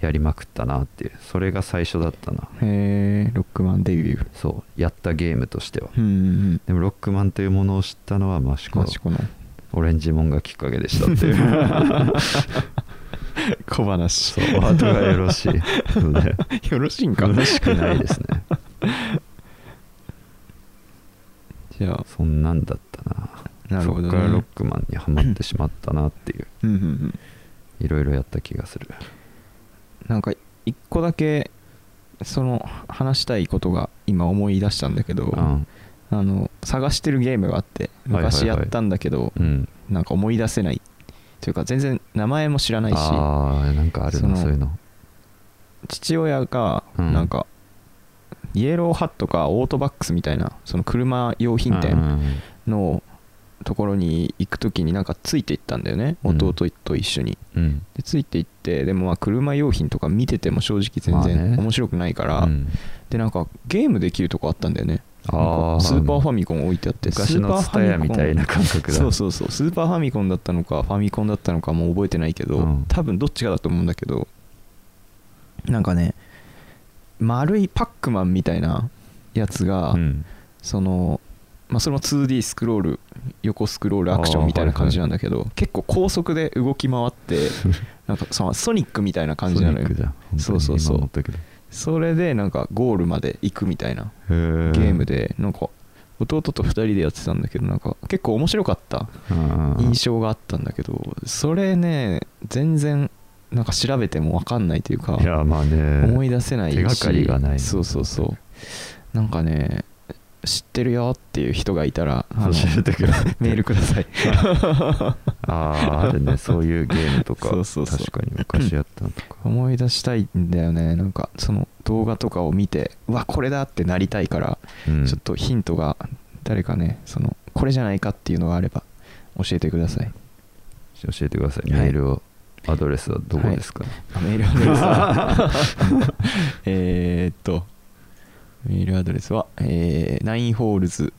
やりまくったなっていうそれが最初だったなへえロックマンデビューそうやったゲームとしてはうんうんでもロックマンというものを知ったのはマシうんコマのシコのオレンジモンがきっかけでしたっていう 小話そうお後がよろしいので よろしいんかよろしくないですねじゃあそんなんだったななるほどそっからロッねクマンにはまってしまったなっていううんうんうんいろいろやった気がするなんか一個だけその話したいことが今思い出したんだけどうんあの探してるゲームがあってはいはいはい昔やったんだけど、うんなんか思い出せないというか全然名前も知らないしああなんかあるなそのそういうの父親がうんなんか、イエローハットかオートバックスみたいなその車用品うんう店んのところに行く時になんかついていったんだよね、うん弟と一緒にうんでついていってでもまあ車用品とか見てても正直全まあね然面白くないから、うんでなんかゲームできるとこあったんだよねあなんあかスーパーファミコン置いてあって昔のスーツパターファヤミコンみたいな感覚だそうそうそうスーパーファミコンだったのかファミコンだったのかもう覚えてないけど、うん多分どっちかだと思うんだけどなんかね丸いパックマンみたいなやつが、ん、そのまあ、それも 2D スクロール横スクロールアクションみたいな感じなんだけど、結構高速で動き回ってなんかそのソニックみたいな感じなのよソニックじゃん本当にそうそうそう今思ったけどそれでなんかゴールまで行くみたいなゲゲーーム、でなんか弟と2人でやってたんだけどなんか結構面白かったうんうん、印象があったんだけどそれね全然なんか調べても分かんないというかいやまあね思い出せないし手がかりがないそうそうそうなんかね知ってるよっていう人がいたらあの教えてくれメー ルくださいあああるねそういうゲームとかそうそうそう確かに昔やったのとか思い出したいんだよねなんかその動画とかを見てうわこれだってなりたいから、うんちょっとヒントが誰かねそのこれじゃないかっていうのがあれば教えてください教えてくださいメはいールをアドレスはどこですか、あメールアドレスは えーっとメールアドレスは、えー、9holes.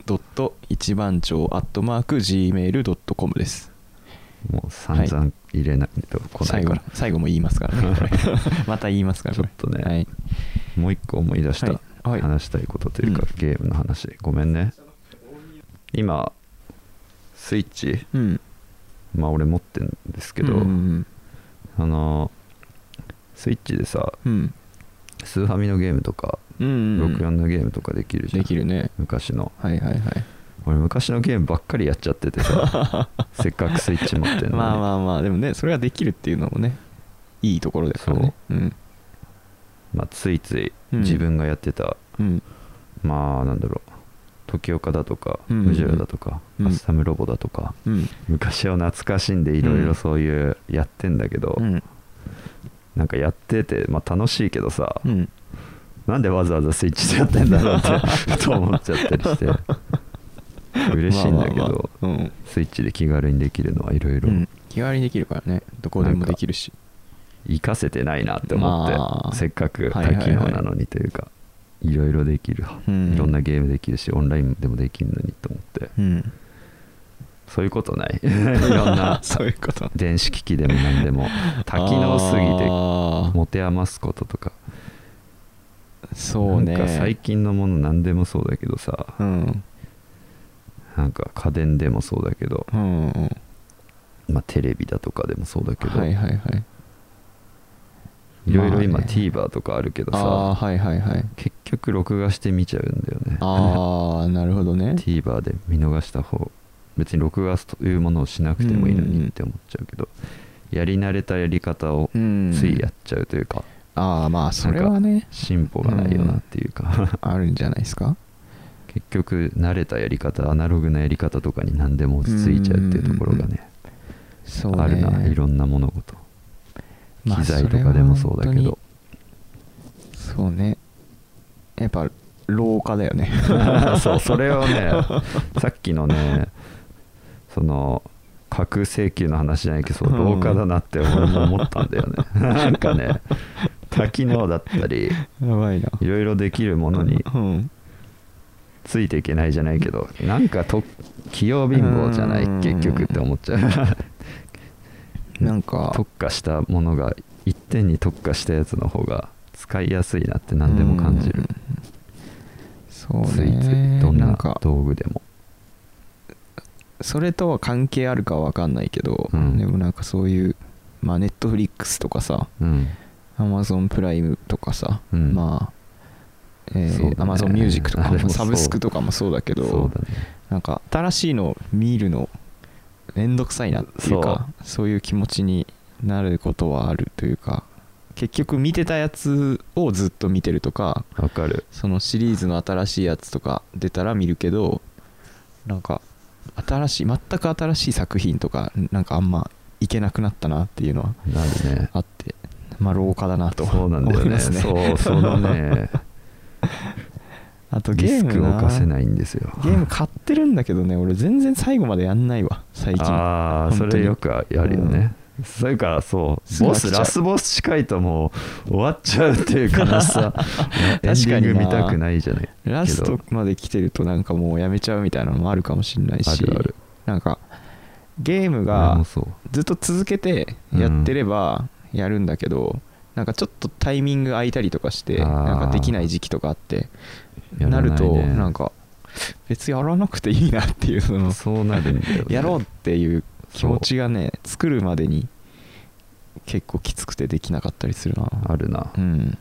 一番町 .gmail.com ですもう散々入れないと来な最いか後ら、最後も言いますからね これまた言いますからこれちょっとねはい、 もう一個思い出した、はいはい話したいことといううか、んゲームの話ごめんね今スイッチうんまあ俺持ってんですけど、うんあのスイッチでさうんスーファミのゲームとか、うんうんうん64のゲームとかできるじゃんできるね昔のはいはいはい俺昔のゲームばっかりやっちゃって てさせっかくスイッチ持ってんのにまあまあまあでもねそれができるっていうのもねいいところですからねうんまあついついうん自分がやってた、うんまあなんだろう時岡だとかうんムジュラだとか、うんアスタムロボだとか、うん昔を懐かしんでいろいろそういうやってんだけど、うんなんかやってて、まあ、楽しいけどさ、うんなんでわざわざスイッチでやってんだろうってふと思っちゃった りして嬉しいんだけまあまあどまあうんスイッチで気軽にできるのはいろいろうん、気軽にできるからねどこでもできるし活かせてないなって思って、まあせっかく多はいはいはい機能なのにというか、いろいろできる、うんいろんなゲームできるしオンラインでもできるのにと思ってうんそういうことないい ろ んなそういうこと電子機器でも何でも多機能すぎてあー持て余すこととかそうねなんか最近のもの何でもそうだけどさ、うんなんか家電でもそうだけど、うんうんまあ、テレビだとかでもそうだけど、はいいはいはいろいろま今あね TVer とかあるけどさ、ああーはいはいはい結局録画して見ちゃうんだよねああなるほどね TVer で見逃した方別に録画というものをしなくてもいいのにって思っちゃうけど、やり慣れたやり方をうんついやっちゃうというか、ああまあそれはね進歩がないよなっていうか、あるんじゃないですか 結局慣れたやり方アナログなやり方とかに何でも落ち着いちゃうっていうところがね、そうねあるないろんな物事まあ機材とかでもそうだけど、それは本当にそうねやっぱ廊下だよ ね そうそれをねさっきのねその架空請求の話じゃないけどそう廊下だなって俺も思ったんだよ ねなんかね多機能だったり やばいないろいろできるものにうんついていけないじゃないけどなんかと器用貧乏じゃないうん結局って思っちゃう なんか特化したものが一点に特化したやつの方が使いやすいなって何でも感じるそうついつねいどんなんなか道具でもそれとは関係あるかわかんないけど、うんでもなんかそういうまあネットフリックスとかさうんアマゾンプライムとかさ、うんまあえそうだねアマゾンミュージックとか、あれもまあサブスそクうとかもそうだけどそうだねなんか新しいのを見るのめんどくさいなっていうかそういう気持ちになることはあるというか結局見てたやつをずっと見てるとかわかるそのシリーズの新しいやつとか出たら見るけどなんか新しい全く新しい作品とかなんかあんまいけなくなったなっていうのはなるねあってまあ廊下だなとそうなんだよ思いねますねそうその ね あとリゲースムクをな犯せないんですよゲーム買ってるんだけどね俺全然最後までやんないわ最近ああそ本当れによくやるよね、それからそうすぐ飽ボきちゃスうラスボス近いともう終わっちゃうっていう悲し さエンディング見たくないじゃないけどラストまで来てるとなんかもうやめちゃうみたいなのもあるかもしれないしあるあるなんかゲーム俺がもそうずっと続けてやってればやるんだけど、なんかちょっとタイミング空いたりとかしてあーなんかできない時期とかあってやならないるねとなんか別にやらなくていいなっていうそのそうなるんだよ、ね、やろうっていう気持ちがね作るまでに結構きつくてできなかったりするなあるなうん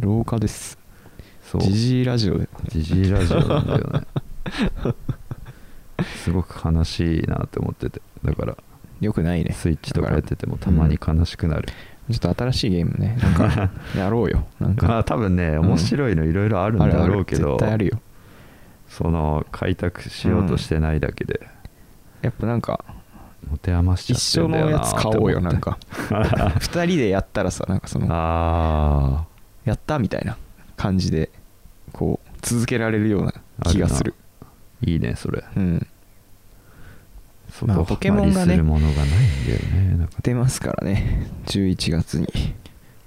廊下ですそうジジイラジオでジジイラジオなんだよねすごく悲しいなって思っててだからよくないねスイッチとだからやっててもたまに悲しくなる、ちょっと新しいゲームねなん かやろうよなんまあか多分ねん面白いのいろいろあるんだあるろうけど、絶対あるよその開拓しようとしてないだけで、やっぱなんか持て余しちゃ一っ緒てんだのよやなつ買おうよってな思ってん か二人でやったらさなんかそのあやったみたいな感じでこう続けられるような気がするあいいねそれうんそまあこポケモンがねハマりするものがないんだよねなんか出ますからね11月に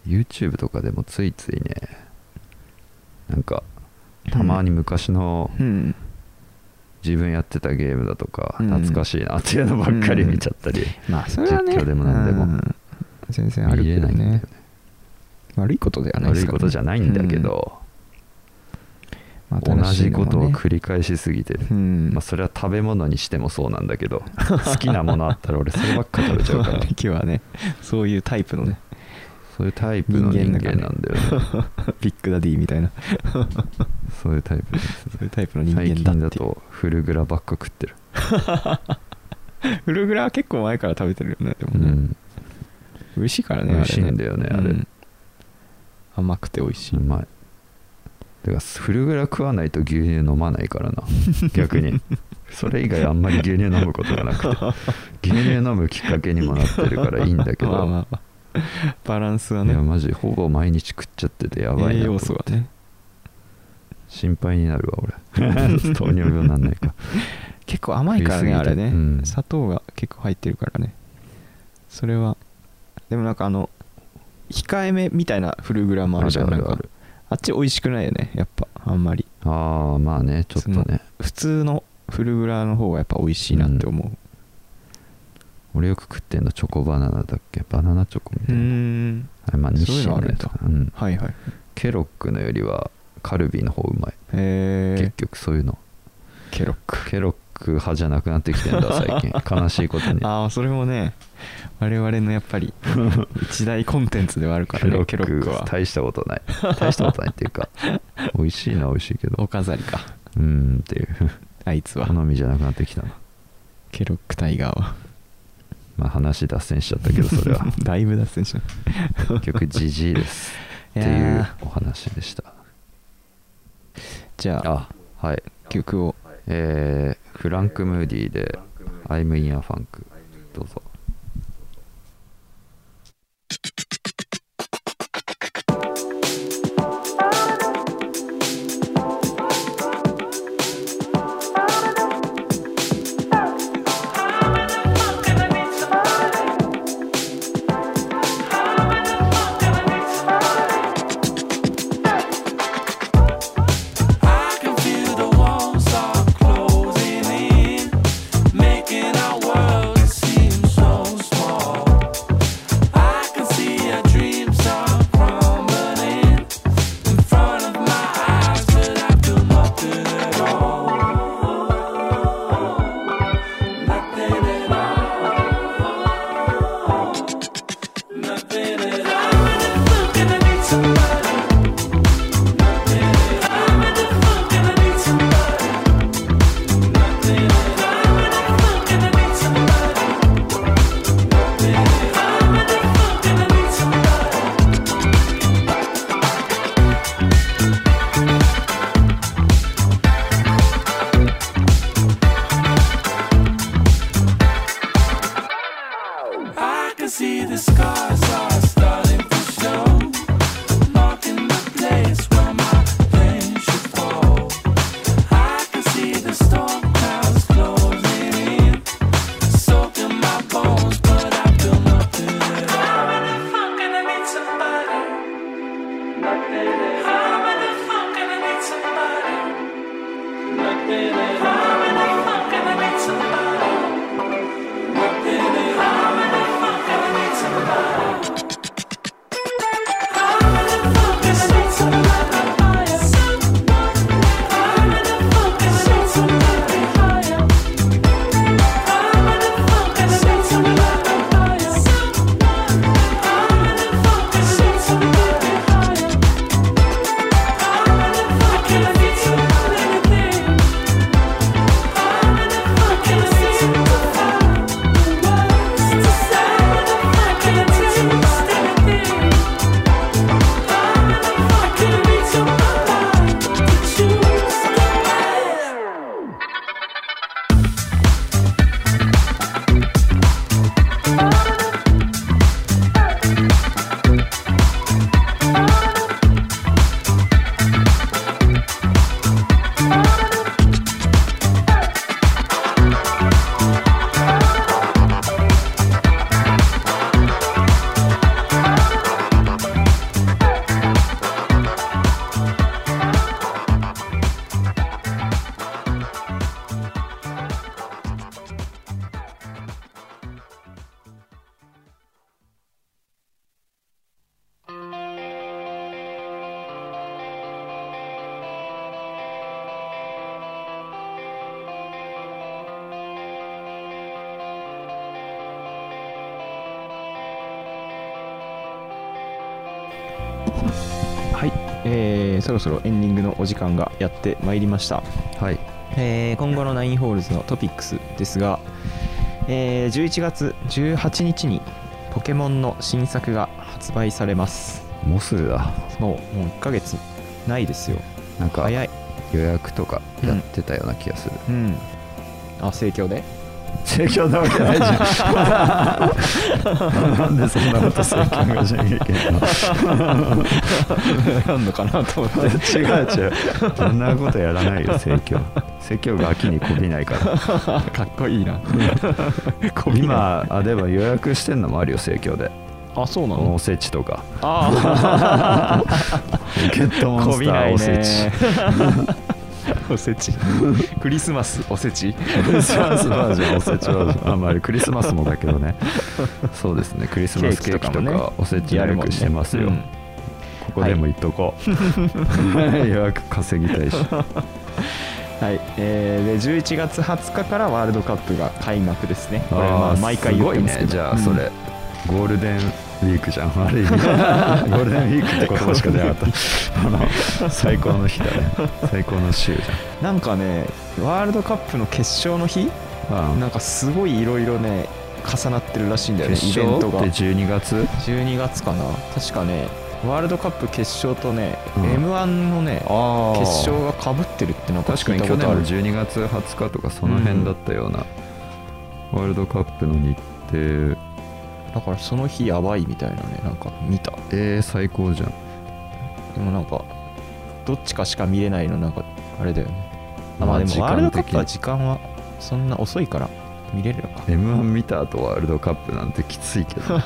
YouTube とかでもついついねなんかたまに昔のうん自分やってたゲームだとかうん懐かしいなっていうのばっかり見ちゃったり、まあそれはね実況でも何でもうん全然ある見けれどないんだよねね悪いことではないで悪すいからねことじゃないんだけ、ど、うんまあ同楽しじいのもこねとを繰り返しすぎてる、うんまあ、それは食べ物にしてもそうなんだ けど好きなものあったら俺そればっか食べちゃうから今日はねそういうタイプの ねそういうタイプの人間なんだよねビッグダディみ たいなそういうタイプですそういねうタイプの人最間近だだっていうとフルグラばっか食ってる、フルグラは結構前から食べてるよねでうもね、ん、美味しいからね美味しいんだよねあれねあれうん甘くて美味しうい、まいてかフルグラ食わないと牛乳飲まないからな逆 にそれ以外あんまり牛乳飲むことがなくて牛乳飲むきっかけにもなってるからいいんだけど、まあまあまあ バランスはいやねマジほぼ毎日食っちゃっててやばい栄なと養思って素がね心配になるわ俺 糖尿病なんないか結構甘いからね食いあすぎてれね、うん砂糖が結構入ってるからねそれはでもなんかあの控えめみたいなフルグラもあるじゃんあるあるなんかあっち美味しくないよねやっぱあんまりああまあねちょっそとのね普通のフルグラの方がやっぱ美味しいなって思う俺よく食ってんのチョコバナナだっけバナナチョコみたういーな、んあれまあ日そういうのあ清のるやんつだかなうんはいはいケロックのよりはカルビーの方うまい、えー結、局そういうのケロックケロック派じゃなくなってきてん だ最近悲しいことにああそれもね我々のやっぱ り一大コンテンツではあるからケロねケロッッククは大したことない大したことないってい うか美味しいのは美味しいけどお飾りかうーんっていうあいつは好みじゃなくなってきたなケロックタイガーはまあ話脱線しちゃったけどそれは だいぶ脱線しちゃう結局ジジイですっていいやうお話でしたじゃああはい曲をえーフランク・ムーディーで「I'm in a funk」どうぞ「はい、えーそろそろエンディングのお時間がやってまいりました、はいえー今後のナインホールズのトピックスですが、えー11月18日にポケモンの新作が発売されますもうすぐだもうもう1ヶ月ないですよなんか早い予約とかやってたような気がする、うんあ盛況で 盛況なわけないじ ゃんなんでそんなこと盛況がしなきゃいけないのなんのかなと思って違う違うそんなことやらないよ盛況盛況が秋にこびない からかっこいいな今今あでも予約してんのもあるよ盛況であそうなのおせちとか あロケットあモンスターおせち おせちクリスマスおせちクリスマスバージョンおせちバージョンあんまりクリスマスもだけどねそうですねクリスマスケーキとかおせち予約してますよ、ここでも言っとこう、予約稼ぎたいしはい、えーで11月20日からワールドカップが開幕ですねこれまあー毎回言ってますけどごいねじゃあそれ、ゴールデンウィークじゃんある意味ゴールデンウィークって言葉しか出なかったあの最高の日だね最高の週じうんなんかねワールドカップの決勝の日ゃん、うんなんかすごいいろいろね重なってるらしいんだよね決イベ勝ンってトが12月12月かな確かねワールドカップ決勝とね、うん m 1のねあー決勝がかぶってるってなんか確聞いかにたこ去年とあのる12月20日とかその辺だったような、ワールドカップの日程だからその日やばいみたいなねなんか見たえー、最高じゃんでもなんかどっちかしか見れないのなんかあれだよねあまあでもまあワールドカップは時時間はそんな遅いから見れるのか m 1見た後ワールドカップなんてきついけど、ね、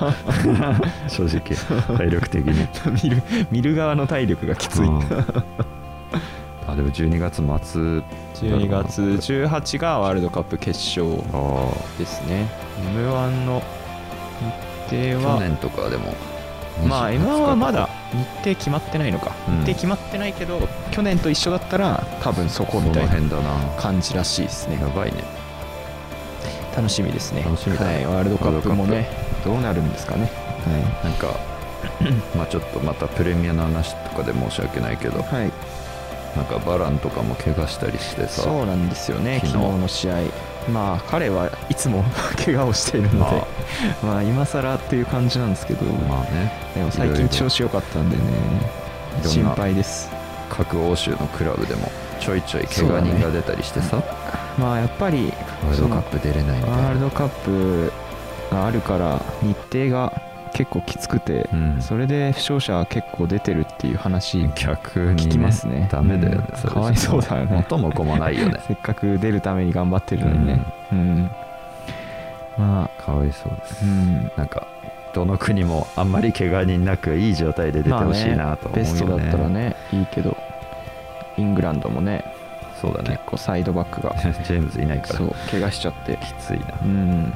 正直体力的 に 見る見る側の体力がきついうんあでも12月末12月18がワールドカップ決勝あーですね m 1の日程去は年とかでもまあ20 m 1はま20だ日程決まってないのか、うん日程決まってないけど去年と一緒だったら多分そこそみのたいな辺だな感じらしいですねやばいね楽しみですね楽しみだはい、ワールドカップもワーねルどうなるんですかねはなんか まあちょっとまたプレミアの話とかで申し訳ないけどい、はい、なんかバランとかも怪我したりしてさそうなんですよね昨日昨日の試合まあ彼はいつも 怪我をしているので、 まあ今更っていう感じなんですけど、まあねでも最いろい近ろ調子良かったんでねいろんな心配です各欧州のクラブでもちょいちょい怪我人が出たりしてさ、まあやっぱりワールドカップ出れないみたいなワールドカップがあるから日程が結構きつくて、うんそれで負傷者結構出てるっていう話逆に、ね、聞きますねダメだよね、うんれかわいそうだよね元も子もないよねせっかく出るために頑張ってるのにね、うんまあ、かわいそうですうんなんかどの国もあんまり怪我人なくいい状態で出てまあほしいねなと思うよね,、ベストだったらねいいけどイングランドもねそうだね結構サイドバックがジェームズいないからそう怪我しちゃってきついなうん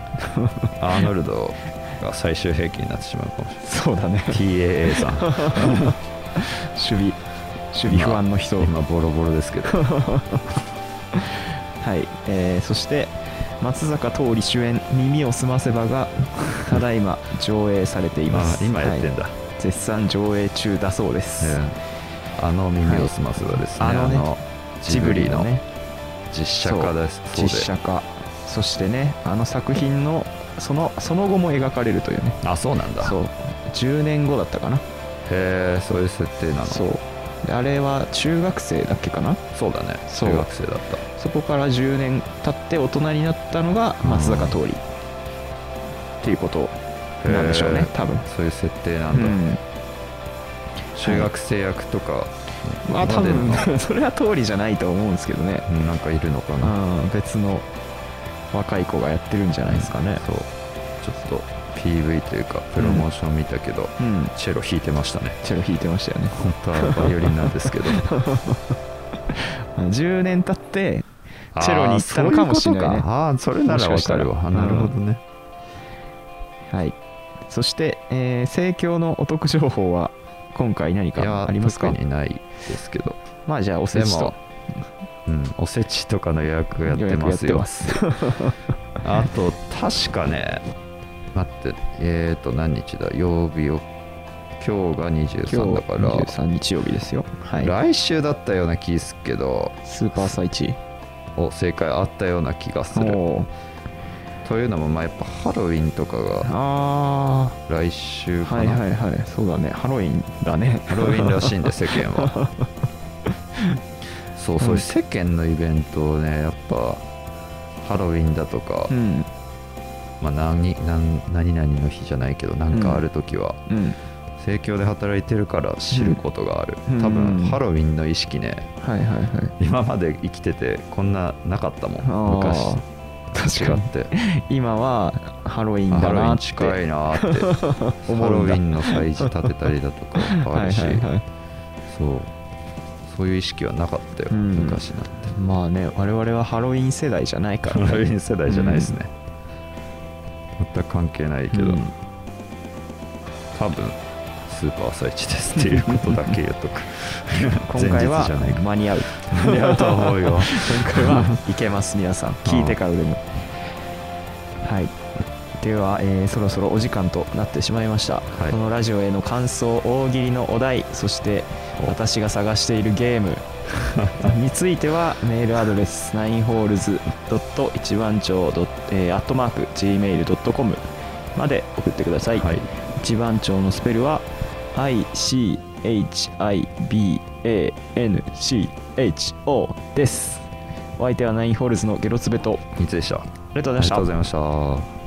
アーノルドが最終兵器になってしまうかもしそうだねれない TAA さん守備守備不安の人今ボロボロですけどはい、えーそして松坂桃李主演「耳をすませば」がただいま上映されていまあす今やってんだ、はい絶賛上映中だそうです、うんあの耳をすませばですね、はいあのねジブリのね実写化ですそう実写化そしてねあの作品のそのその後も描かれるというねあそうなんだそう10年後だったかなへえそういう設定なのそそうであれは中学生だっけかなうだねそう中学生だったそこから10年経って大人になったのが松坂桃李っていうことなんでしょうへねえ多分そういう設定なうんだ、ん中学生役とかまあ多までの 分それは通りじゃないと思うんですけどね、うんなんかいるのかうな、ん、別の若い子がやってるんじゃないですかねそうちょっと PV というかプロモーション見たけど、うんチェロ弾いてましたねチェロ弾いてましたよね本当はバイオリンなんですけ ど10年経ってチェロに行ったのかもしれないねああーそれならわかるわもしかしたらあなるほどね、はいそして、えー盛況のお得情報は今回何いやかあります特かにないですけどまあじゃあおせでちとも、うん、おせちとかの予約やっ予て約まやっすてよます あと確かね待ってえっ、ー、と何日だ曜日を今日が今23日だから23日曜日ですよはい来週だったような気すっけどスーパー朝市お正解あったような気がするおーというのもまあやっぱハロウィンとかがあ来週あかはいな、はいはいそうだねハロウィンだ ねハロウィンらしいんで世間はそうそういう世間のイベントをねやっぱハロウィンだとか、うんまあ、何何何々の日じゃないけどなんかある時は、うん盛況で働いてるから知ることがある、うん多うん分ハロウィンの意識ねはいはいはい今まで生きててこんななかったもあん昔ー違確かってに今はハロウィンあハだロウィなンって近いなーって 思ハロうウんだィンの催事立てたりだとかもあはるいしはいはいそうそういう意識はなかったよ、うん昔なんてまあね我々はハロウィン世代じゃないかハロらウィン世代じゃないですねね、全く関係ないけうど、ん多分スーパー朝市ですっていうことだけ言っとく 今回は前日じゃ ないか間に合う間に合うと思うよ 今回はいけます皆さん聞いてからでもはいでは、えーそろそろお時間となってしまいました、はいこのラジオへの感想大喜利のお題そしてお私が探しているゲーム についてはメールアドレス 9holes. 一番町ドットえーアットマーク gmail.com まで送ってください、はい一番町のスペルは ICHIBANCHO ですお相手はナインホールズのゲロツベとあ三井でしたありがとうございまりしがとうたございました